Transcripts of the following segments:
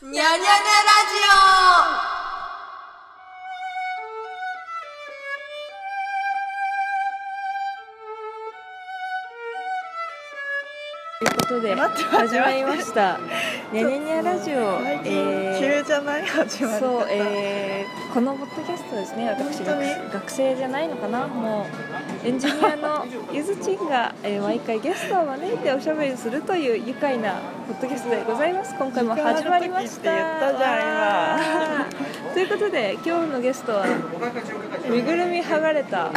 にゃにゃにゃラということで待って始まりました「にゃにゃにゃラジオ」最近、え急じゃない始まーり方そうえーこのポッドキャストですね私本当に学学生じゃないのかなもうエンジニアのゆずちんが、えー毎回ゲストを招いておしゃべりするという愉快なポッドキャストでございます今回も始まりました時間ある時って言ったじゃんわ ーということで今日のゲストは身ぐるみ剥がれ た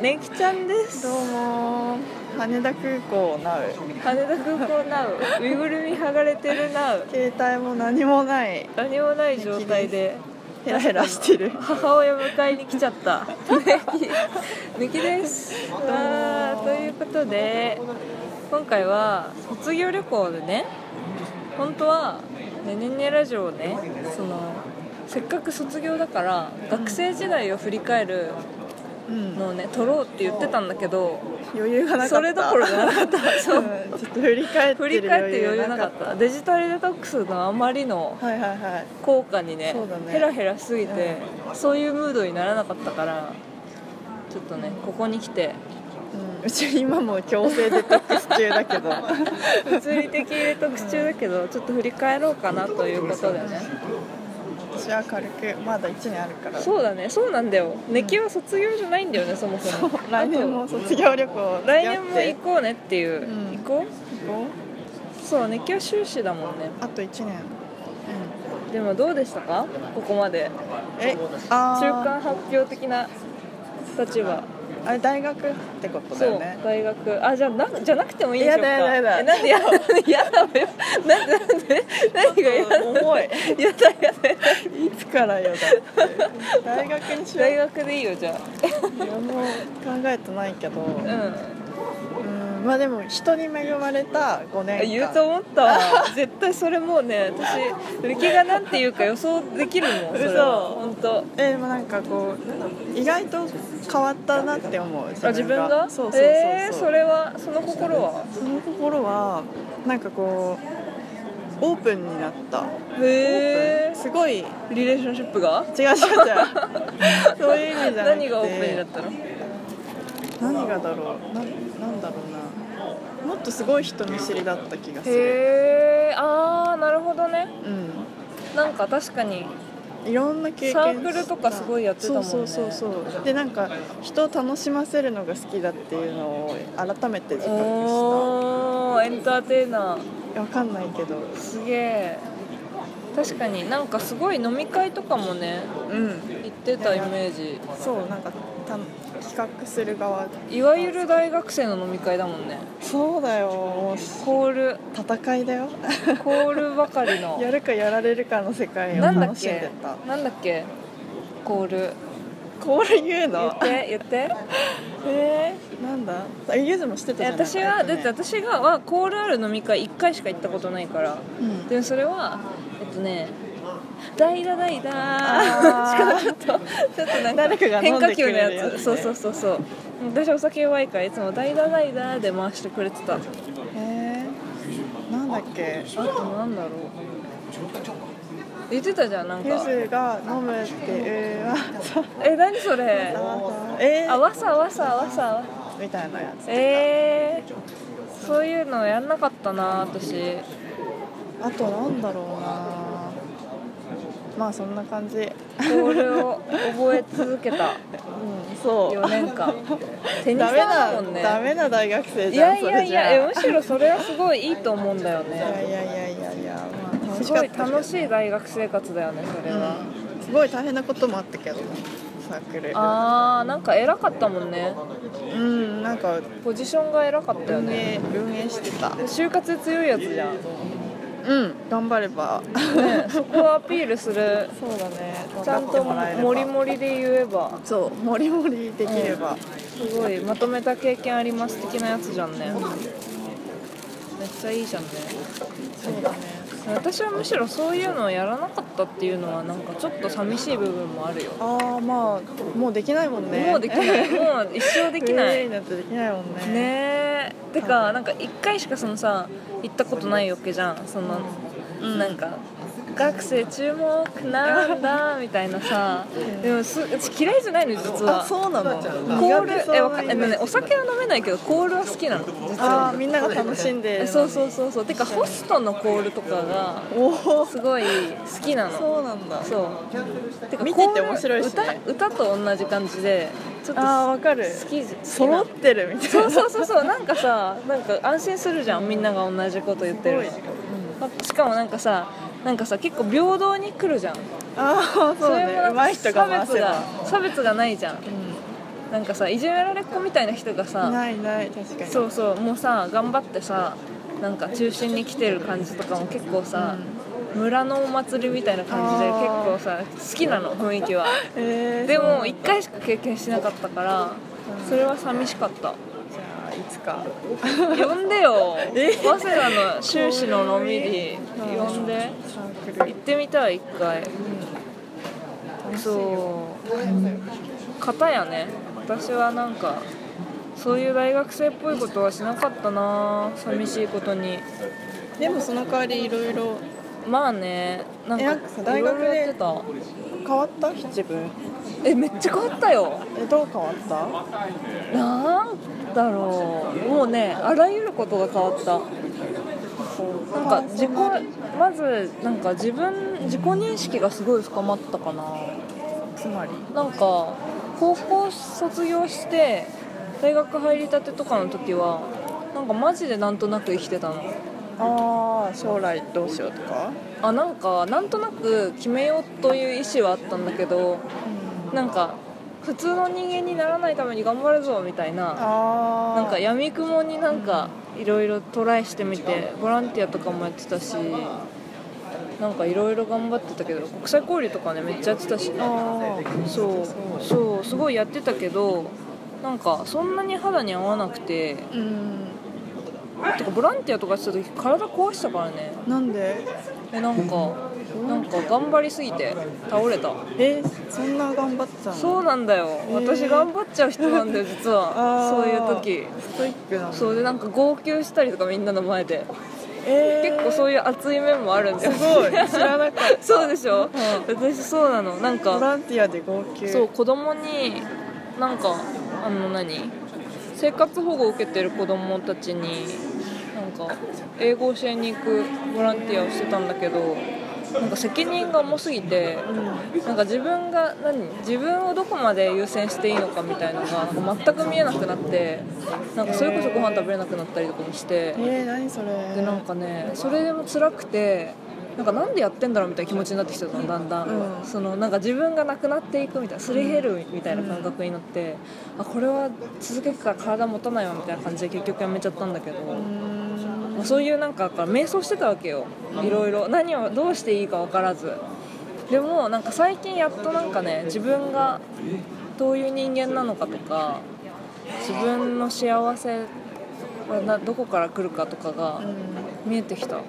ねきちゃんですどうも羽田空港なう羽田空港なう身ぐるみ剥がれてるなう携帯も何もない何もない状態でヘラヘラしてる母親迎えに来ちゃ った抜きですわーということで今回は卒業旅行でね本当は「ねねねラジオ」をねそのせっかく卒業だから学生時代を振り返るうんのをね撮ろうって言ってたんだけど余裕がなかったそれどころじゃなかったそううんちょっと振り返って振るり返って余裕なかっったデジタルデトックスのあまりのたはいはいはい効果にねそうだねヘラヘラしすぎて、そういうムードにならなかったからちょっとねここに来 てうんうち今も強制デトックス中だ けど物理的デトックス中だけどちょっと振り返ろうかなということでね私は軽くまだ1年あるからそうだねそうなんだよネキは卒業じゃないんだよねそもそも来年もあと卒業旅行来年も行行こうねっていう、うん行こうこそうネキは修士だもんねうあと1年でもどうでしたかここまでうんえあー中間発表的な立場あれ大学ってことだそようね大学あじゃあなじゃなくてもいいんでしょうかやだやだえやだなんでやだやだよなんでなんで何がやだ重いやだやだやいつからよだって大学にしだよう大学でいいよじゃいやもう考えてないけどあうんうんまあでも人に恵まれた5年あ間言うと思ったわ絶対それもうね私浮きがなんていうか予想できるもんそれは嘘本当えでもなんかこう意外と変わったなって思うあ自分がそうそうそうそう、えーそれはその心はその心はなんかこうオープンになったへえすごい違う違う違うリレーションシップが そういう意味じゃなくて何がオープンになったの何がだろうななんだろうなもっとすごい人見知りだった気がするへえああなるほどねうんなんか確かにいろんな経験サークルとかすごいやってたもんねそうそうそうそうでなんか人を楽しませるのが好きだっていうのを改めて自覚しおおエンターテイナーたわかんないけどすげえ確かになんかすごい飲み会とかもねうん行ってたイメージそうなんかた企画する側いわゆる大学生の飲み会だもんねそうだよもうコール戦いだよ コールばかりのやるかやられるかの世界をなんだ楽っしんでけたなんだっけコールこれ言う言っのて言ってえなんだあゆずもしてたじゃない私はだってえっとね私がはコールある飲み会1回しか行ったことないからうんでもそれはえっとね代打代打あしかもちょっとちょっとなん誰かかが変飲ん化で球くのれるやつねやつ そうそうそうそう私お酒弱いからいつも代打代打で回してくれてたあとへえなんだっけなんだろう言ってたじゃんなんゆかずが飲むっていう わさえ何それえーあわさわさわさみたいなやつえー、そういうのやんなかったな私あとなんだろうなまあそんな感じうんコールを覚え続けたそ4年間テニスダメだな、もんねダメな大学生いじゃやんいそやれいじゃやあえむしろそれはすごいいいと思うんだよいやねいやいやいやいやまあ楽すしかごっいた楽しい大学生活だよねそれは、うんすごい大変なこともあったけどサークルあーなんか偉かったもんねうんなんかポジションが偉かったよ運ね営運営してた就活で強いやつじゃん、うん頑張ればね、そこをアピールするそうだ ねちゃんとモリモリで言えばそうモリモリできれば、すごいまとめた経験あります的なやつじゃんねめっちゃいいじゃんねそうだね私はむしろそういうのをやらなかったっていうのはなんかちょっと寂しい部分もあるよああまあもうできないもんねもうできないもう一生できな 運営いになってできないもんねねえてかなんか1回しかそのさ行ったことないわけじゃんその、うんなんか学生注目なんだみたいなさでもすうち嫌いじゃないのよ実はあそうなのココールえわかあのねお酒は飲めないけどコールは好きなの実あはーみんなが楽しんでそうそうそうそうてかホストのコールとかがおおすごい好きなのそうなんだそうてか見てて面白いしねコール歌歌と同じ感じでちょっとあーわかる好きじ好きな揃ってるみたいなそうそうそうそうなんかさなんか安心するじゃんみんなが同じこと言ってるすごいしかもなんかさなんかさ結構平等に来るじゃんああそうれねもなん上か手い人が差回せ別ばが差別がないじゃん、なんかさいじめられっ子みたいな人がさないない確かにそうそうもうさ頑張ってさなんか中心に来てる感じとかも結構さ、村のお祭りみたいな感じであ結ー構さ好きなの雰囲気はえーでそうなんもだ1回しか経験しなかったからそれは寂しかったじゃあいつか呼んでよえ早稲田の修士の飲みに呼んでサーク行っルてみたい一回そう方やね私はなんかそういう大学生っぽいことはしなかったな寂しいことにでもその代わりいろいろまあねなんえなんかさかい大ろ学いでろやってた変わった自分えめっちゃ変わったよえどう変わったなんだろうもうねあらゆることが変わったなんか自己まずなんか自分自己認識がすごい深まったかなつまりなんか高校卒業して大学入りたてとかの時はなんかマジでなんとなく生きてたのああ将来どうしようとかあなんかなんとなく決めようという意思はあったんだけどなんか普通の人間にならないために頑張るぞみたいなああなんかやみくもになんかいろいろトライしてみてボランティアとかもやってたしなんかいろいろ頑張ってたけど国際交流とかねめっちゃやってたしねあーそうそうすごいやってたけどなんかそんなに肌に合わなくてうんてかボランティアとかしてた時体壊したからねなんでえなんかなんか頑張りすぎて倒れたえそんな頑張ってたのそうなんだよ私頑張っちゃう人なんだよ実はあそーういう時ストイックなのそうでなんか号泣したりとかみんなの前でえ結構そういういう熱い面もあるんですよすごい知らなかったそうでしょ私そうなのなんボかランティアで号泣そう子供になんかあの何生活保護を受けてる子供たちになんか英語を教えに行くボランティアをしてたんだけどなんか責任が重すぎてなんか自分が何自分をどこまで優先していいのかみたいなのがなんか全く見えなくなってなんかそれこそご飯食べれなくなったりとかもしてえー、何それでなんかねそれでも辛くてなんかなんでやってんだろうみたいな気持ちになってきてたのだんだん、うんそのなんか自分がなくなっていくみたいなすり減るみたいな感覚になって、あこれは続けてたら体持たないわみたいな感じで結局やめちゃったんだけど、うーんまあそういうなんかから瞑想してたわけよいろいろ何をどうしていいか分からずでもなんか最近やっとなんかね自分がどういう人間なのかとか自分の幸せはなどこから来るかとかがうん見えてきた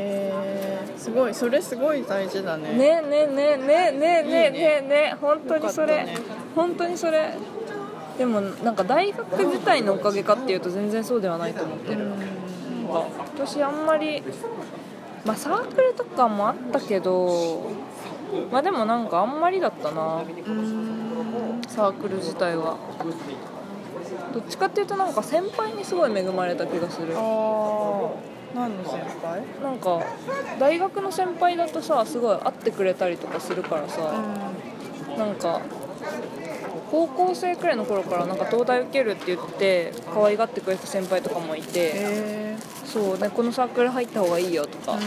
えー、すごいそれすごい大事だねねねねねねねねね本当にそれ、よかったね本当にそれでもなんか大学自体のおかげかっていうと全然そうではないと思ってる、なんか私あんまりまあサークルとかもあったけどまあでもなんかあんまりだったなサークル自体はどっちかっていうとなんか先輩にすごい恵まれた気がするああ何の先輩なんか大学の先輩だとさすごい会ってくれたりとかするからさ、なんか高校生くらいの頃からなんか東大受けるって言って可愛がってくれた先輩とかもいて、えそうねこのサークル入った方がいいよとかい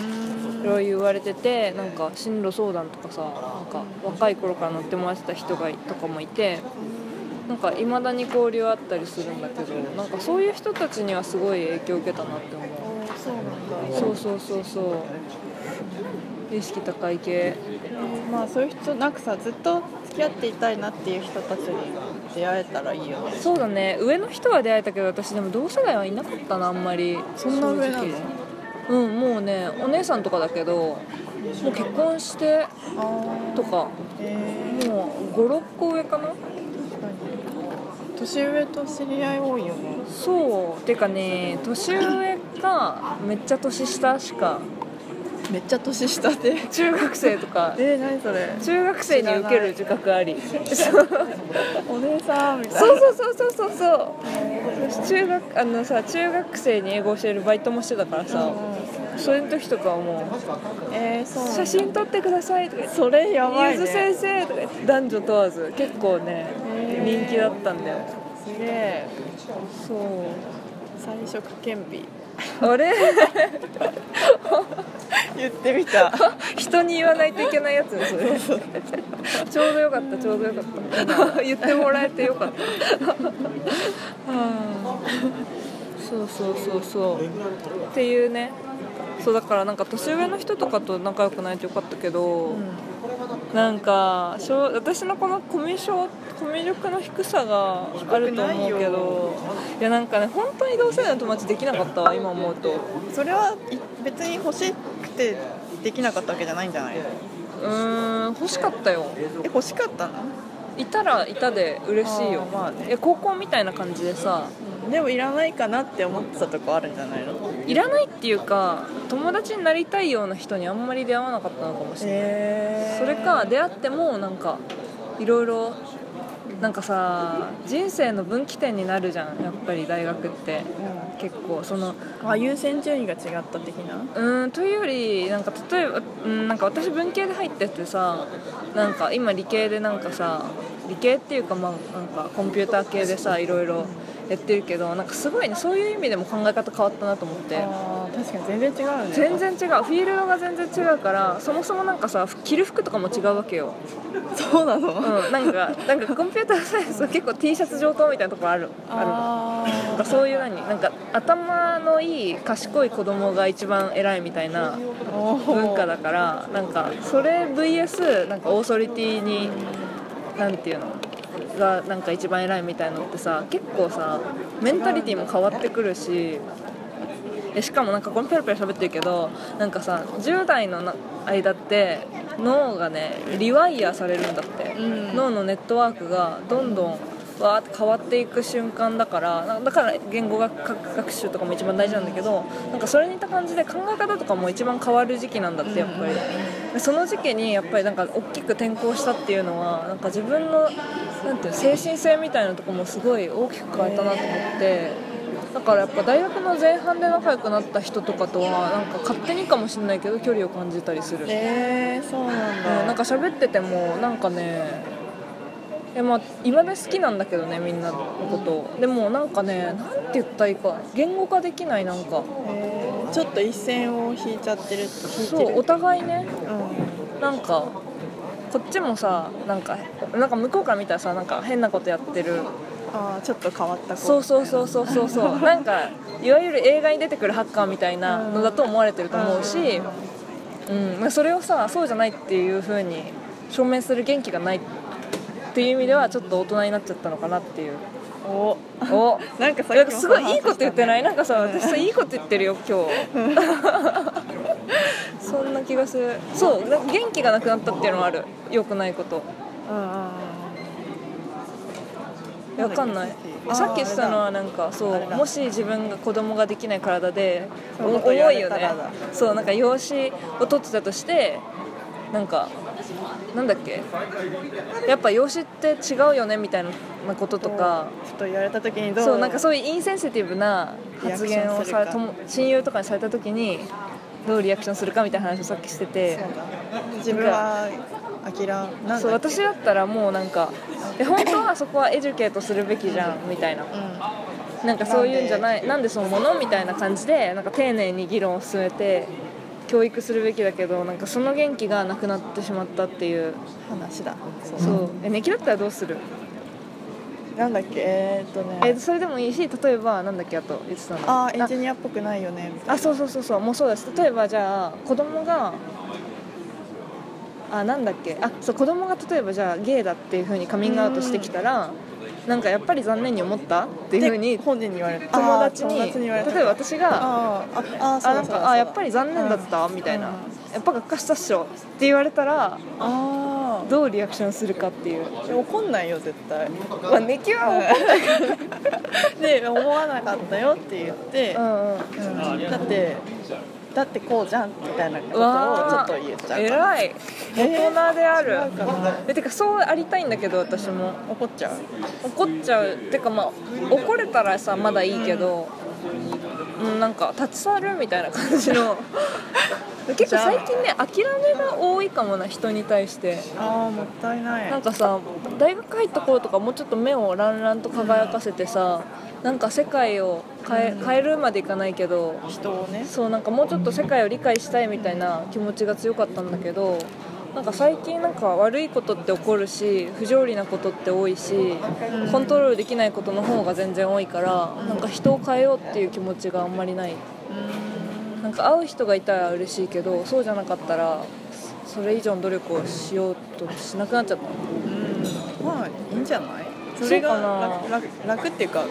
ろいろ言われててなんか進路相談とかさなんか若い頃から乗ってもらってた人がいとかもいてなんかいまだに交流あったりするんだけどなんかそういう人たちにはすごい影響を受けたなって思う。ー、そうなんだそうそうそうそう意識高い系まあそういう人なんかさずっと付き合っていたいなっていう人たちに出会えたらいいよねそうだね上の人は出会えたけど私でも同世代はいなかったなあんまりそんな上なの正直うんもうねお姉さんとかだけどもう結婚してあとかもえう56個上かなー、年上と知り合い多いよねそうてかね年上かめっちゃ年下しかめっちゃ年下で中学生とか えー、何それ中学生に受ける自覚ありお姉さんみたいなそうそうそうそうそうそう私中学あのさ中学生に英語教えるバイトもしてたからさそういう時とかはもえー、そううなんだ写真撮ってくださいとか言ってそれやばゆいずね先生とか言って男女問わず結構ねへー人気だったんだよすげえそう最初可見日あれ言ってみた 人に言わないといけないやつねそれちょうどよかったちょうどよかった 言ってもらえてよかったはあ そうそうそうそうっていうねそうだからなんか年上の人とかと仲良くないとよかったけど、なんかしょう私のこのコミュ障コミュ力の低さがあると思うけどいやなんかね本当に同世代の友達できなかったわ今思うとそれはい別に欲しくてできなかったわけじゃないんじゃないうーん欲しかったよえ欲しかったのいたらいたで嬉しいよあーまあねいや高校みたいな感じでさでもいらないかなって思ってたとこあるんじゃないのいらないっていうか友達になりたいような人にあんまり出会わなかったのかもしれない、えそれか出会ってもなんかいろいろなんかさ人生の分岐点になるじゃんやっぱり大学って結構そのあ優先順位が違った的なうーんというよりなんか例えばうんなんか私文系で入っててさなんか今理系でなんかさ理系っていうかまあなんかコンピューター系でさいろいろやってるけどなんかすごいねそういう意味でも考え方変わったなと思ってあー確かに全然違うね全然違うフィールドが全然違うからそもそもなんかさ着る服とかも違うわけよそうなの、うんなんか なんかコンピューターサイエンスは結構 T シャツ上等みたいなところあるあるのあなんーかそういう何なんか頭のいい賢い子供が一番偉いみたいなおー文化だからなんかそれ VS なんかオーソリティになんていうのがなんか一番偉いみたいのってさ結構さメンタリティも変わってくるしえしかもなんかこのペラペラ喋ってるけどなんかさ10代のな間って脳がねリワイヤーされるんだって、うん脳のネットワークがどんどんわーって変わっていく瞬間だからなだから言語学学学習とかも一番大事なんだけどなんかそれに似た感じで考え方とかも一番変わる時期なんだってやっぱり。でその時期にやっぱりなんか大きく転校したっていうのはなんか自分のなんていうの精神性みたいなとこもすごい大きく変えたなと思ってだからやっぱ大学の前半で仲良くなった人とかとはなんか勝手にかもしれないけど距離を感じたりする、えー、そうなんだ、うんなんか喋っててもなんかねいやまあ今で好きなんだけどねみんなのことでもなんかねなんて言ったらいいか言語化できないなんかえーちょっと一線を引いちゃってる引いてるそうお互いねうなんかこっちもさなんかなんか向こうから見たらさなんか変なことやってるん、ああちょっと変わった子そうそうそうそうそうそうなんかいわゆる映画に出てくるハッカーみたいなのだと思われてると思うし、うんまあ、それをさそうじゃないっていう風に証明する元気がないっていう意味ではちょっと大人になっちゃったのかなって いうおおなんかさなっんきかもすごいいいこと言っていないなんかさ私さいいこと言ってるよ今日 そんな気がするそうなんか元気がなくなったっていうのはある良くないことうんうんうんわかんないあーさっき言ってたのはなんかそあれうだもし自分が子供ができない体でそういうおこと重言わいれよたねらだそうなんか養子を取ってたとしてなんかなんだっけやっぱ養子って違うよねみたいなこととかちょっと言われた時にどうそうなんかうそういうインセンシティブな発言をさリアクションするか友親友とかにされた時にどうリアクションするかみたいな話をさっきしてて。自分は諦めなんだっけそう私うんだったらもうなんかえ本当はそこはエデュケートするべきじゃんみたいななんかそういうんじゃないなんでそう思うのみたいな感じでなんか丁寧に議論を進めて教育するべきだけどなんかその元気がなくなってしまったっていう話だそうそうえ寝気だったらどうするなんだっけえーっとねえそれでもいいし例えばなんだっけあと言ってたのあーエンジニアっぽくないよねみたいなあそうそうそうそうもうそうです例えばじゃあ子供があなんだっけあそう子供が例えばじゃあゲイだっていうふうにカミングアウトしてきたらなんかやっぱり残念に思ったっていうふうにで本人に言われた友達にあー友達に言われた例えば私があーああーそうあだなんそうだそうかだあやっぱり残念だった、みたいな、うんやっぱ学科したっしょって言われたらあどうリアクションするかっていうあ怒んないよ絶対 まあネキはで思わなかったよって言って、うんうんうんだってだってこうじゃんみたいなことをちょわっと言っちゃうかな偉い大人である、違うかなえてかそうありたいんだけど私も怒っちゃう怒っちゃうてかまあ怒れたらさまだいいけど、うん、なんか立ち去るみたいな感じ の結構最近ね諦めが多いかもな人に対してああもったいないなんかさ大学入った頃とかもうちょっと目をランランと輝かせてさなんか世界を変え変えるまでいかないけど人をねそうなんかもうちょっと世界を理解したいみたいな気持ちが強かったんだけどなんか最近なんか悪いことって起こるし不条理なことって多いしコントロールできないことの方が全然多いからなんか人を変えようっていう気持ちがあんまりないなんか会う人がいたら嬉しいけどそうじゃなかったらそれ以上の努力をしようとしなくなっちゃったうんまあいいんじゃないそうかなそれが楽楽楽っていうか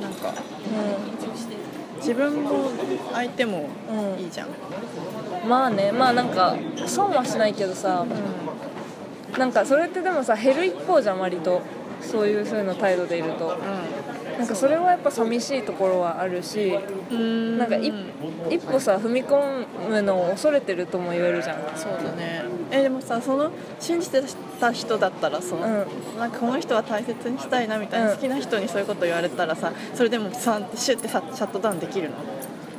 なんか自分も相手もうん、いいじゃん、うん、まあねまあなんか損はしないけどさ、なんかそれってでもさ減る一方じゃん割とそういう風な態度でいるとなんかそれはやっぱ寂しいところはあるしうんなんか一一歩さ踏み込むのを恐れてるとも言えるじゃんそうだねえでもさその信じてた人だったらさ、うなんかこの人は大切にしたいなみたいな、うん好きな人にそういうこと言われたらさそれでもさシュッてさシャットダウンできるの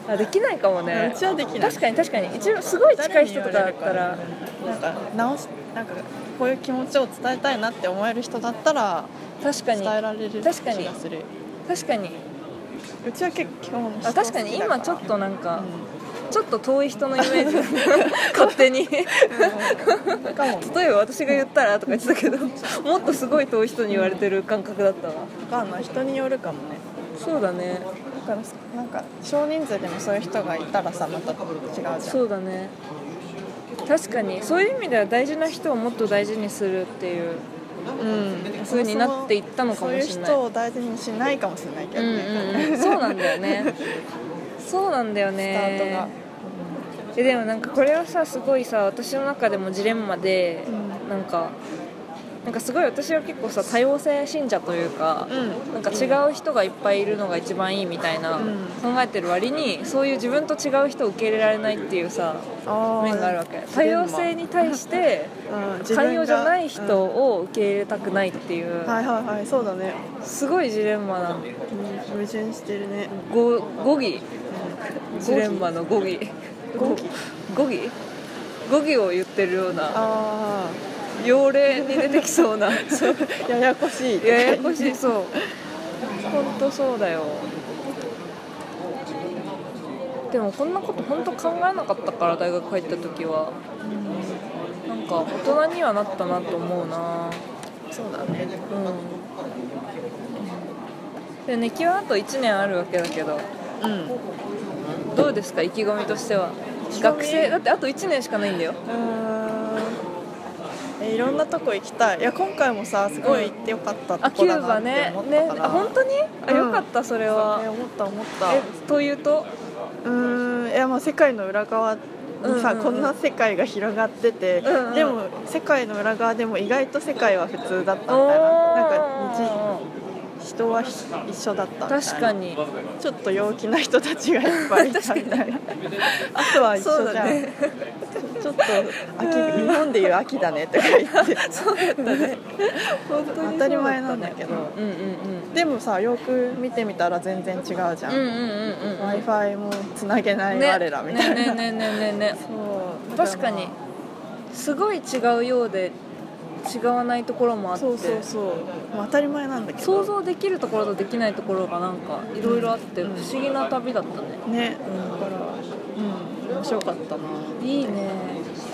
あできないかもねうちはできない確かに確かに一応すごい近い人とかだっ誰に言たわれらるなんか直しなんかこういう気持ちを伝えたいなって思える人だったら確か伝にえられる気が確かにする確かにうちは結構基本人あ確かに今ちょっとななんか、うちょっと遠い人のイメージ 勝手 にん、かも例えば私が言ったらとか言ってたけ どもっとすごい遠い人に言われてる感覚だったわ分かんない人によるかもねそうだねだからなんか少人数でもそういう人がいたらさまた違うじゃんそうだね確かにそういう意味では大事な人をもっと大事にするっていううん、風になっていったのかもしれないそういう人を大事にしないかもしれないけうどんね、うんうん、そうなんだよ ねそうなんだよスタートがね、えでもなんかこれはさすごいさ私の中でもジレンマで、うなんかなんかすごい私は結構さ多様性信者というか、うんなんか違う人がいっぱいいるのが一番いいみたいな、うん考えてる割にそういう自分と違う人を受け入れられないっていうさあー面があるわけ多様性に対してうん 自分が寛容じゃないうん人を受け入れたくないっていう、はいはいはいそうだね、すごいジレンマなのうん、矛盾してるねご語義ジレンマの語義語義語義語義を言ってるようなあ幼霊に出てきそうなあややこしいややこしいそう本当そうだよでもこんなこと本当考えなかったから大学入った時はなんか大人にはなったなと思うなそうだねうんでね基はあと1年あるわけだけどうん、どうですか意気込みとしては意気込み学生だってあと1年しかないんだよえいろんなとこ行きたいいや今回もさすごい行ってよかったあとキこュだーバなっねて思っねたからあ本当にあうんよかったそれえは、思った思ったえというとうーんいやもう世界の裏側にさ、うんうんうんこんな世界が広がってて、うんうんでも世界の裏側でも意外と世界は普通だったみたいおななんかー日人はひ一緒だったみたいな確かにちょっと陽気な人たちがいっぱいいたみたいなあとは一そ緒うじだゃん、ねちょっと秋日本でいう秋だねとか言って そうだったね本当にそうだったね当たり前なんだけどうんうんでもさよく見てみたら全然違うじゃん、うんうんうんうんうん w i f i もつなげない我らみたいな、ねねねねねねねそう確かにすごい違うようで違わないところもあってそうそうそう、まあ、当たり前なんだけど想像できるところとできないところがなんかいろいろあって不思議な旅だったねね、だから、うん、面白かったないいね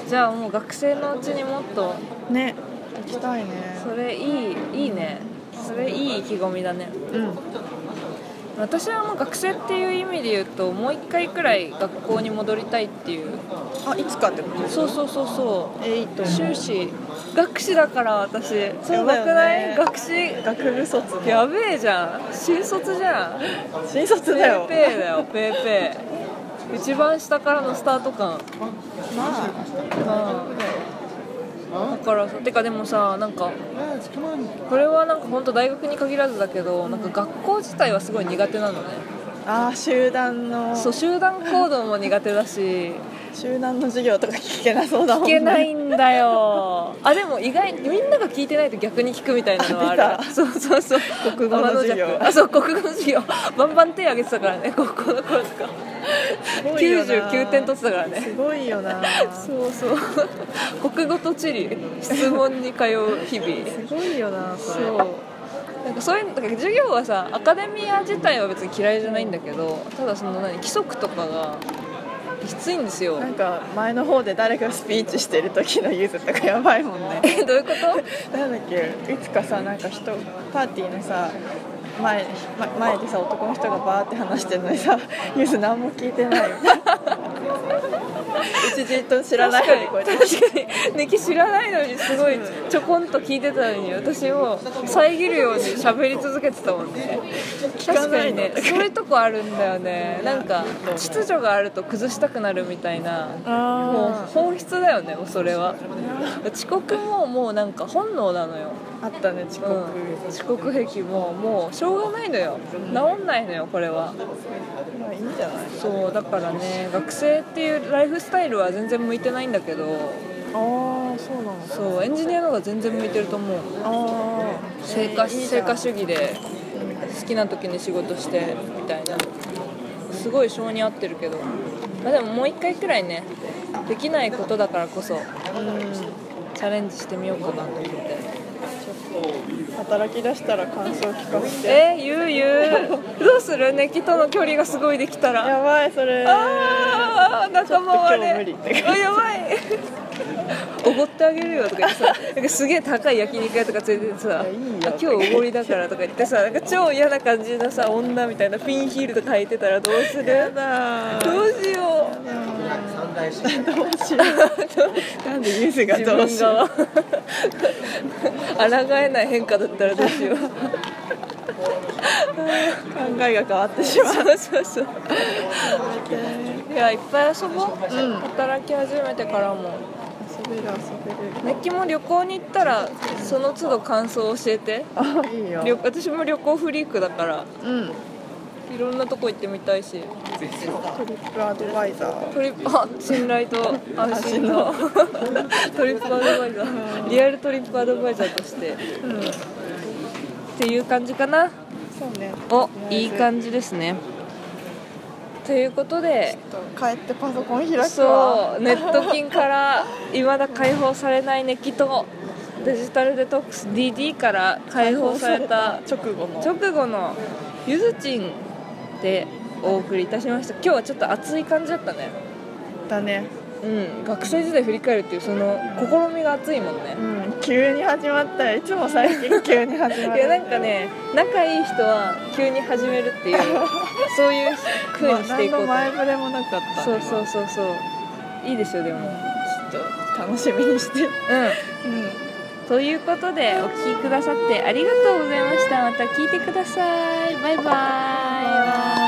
じゃあもう学生のうちにもっとね行きたいねそれいいいいねそれいい意気込みだねうん私はもう学生っていう意味で言うともう一回くらい学校に戻りたいっていうあいつかってことそうそうそうそうえいいと思う修士学士だから私そうなくない、やばいよね学士学部卒のやべえじゃん新卒じゃん新卒ペだよーペーだよペーペー一番下からのスタート感まあだからさてかでもさなんかこれはなんか本当大学に限らずだけどなんか学校自体はすごい苦手なのねああ集団のそう集団行動も苦手だし集団の授業とか聞けなそうだもん聞けないんだよ あでも意外にみんなが聞いてないと逆に聞くみたいなのはああ出るそうそうそう国語の授天業の邪鬼あそう国語の授業バンバン手挙げてたからね高校の頃とかすごいよな99点取ってたからねすごいよなすそうそう国語と地理質問に通う日々ごいよなそそれうなんかそういうだから授業はさアカデミア自体は別に嫌いじゃないんだけどただその何規則とかがきついんですよなんか前の方で誰かスピーチしてる時のゆずとかやばいもんねえ どういうことなんだっけいつかさなんか人パーティーのさ前ま前でさ男の人がバーって話してるのにさ ゆず何も聞いて ないみたいな一時と知らないのにこうやって確かにネキ知らないのにすごいちょこんと聞いてたのに私も遮るように喋り続けてたもんねか確かなにいのねそういうとこあるんだよねなんか秩序があると崩したくなるみたいなもうあ本質だよねもうそれは遅刻ももうなんか本能なのよーあったね遅刻、うん、遅刻癖ももうしょうがないのよ治んないのよこれはまあいいんじゃないそうだからね学生っていうライフスタイルは全然向いてないんだけどああそうなのそうエンジニアの方が全然向いてると思うああ成果いいじ成ゃん果主義で好きな時に仕事してみたいなすごい性に合ってるけど、まあ、でももう一回くらいねできないことだからこそチャレンジしてみようかなと思って働き出したら感想聞かせてえー、ゆうゆう どうするネキとの距離がすごいできたらやばいそれああ仲間割れちょっと今日無理ってあやばいおごってあげるよとか言ってさなんかすげえ高い焼肉屋とか連れてってさいやいいよあ今日おごりだからとか言ってさなんか超嫌な感じのさ女みたいなピンヒールとか履いてたらどうするだどうしようどうしようなんでゆずが自どう分しよう側抗えない変化だったらどうしよう考えが変わってしまうそうそうそういやいっぱい遊ぼう、働き始めてからも遊べる遊メッキも旅行に行ったらその都度感想を教えてべるあいい旅よ私も旅行フリークだからうんいろんなとこ行ってみたいしトリップアドバイザートリップあ信頼と安心の トリップアドバイザーリアルトリップアドバイザーとして、っていう感じかなそうねおいい感じですねということで帰ってパソコン開くわそうネット金から未だ解放されないネキとデジタルデトックス DD から解放された直後の直後のゆずちんでお送りいたしました今日はちょっと熱い感じだったねだねうん学生時代振り返るっていうその試みが熱いもんねうん急に始まったよいつも最近急に始まるいやなんかね仲いい人は急に始めるっていう そういう風まあにしてい何こうのと、前触れもなかったそうそうそうそういいですよでもうちょっと楽しみにしてんうんということでお聞きくださってありがとうございましたまた聞いてくださいバイバイ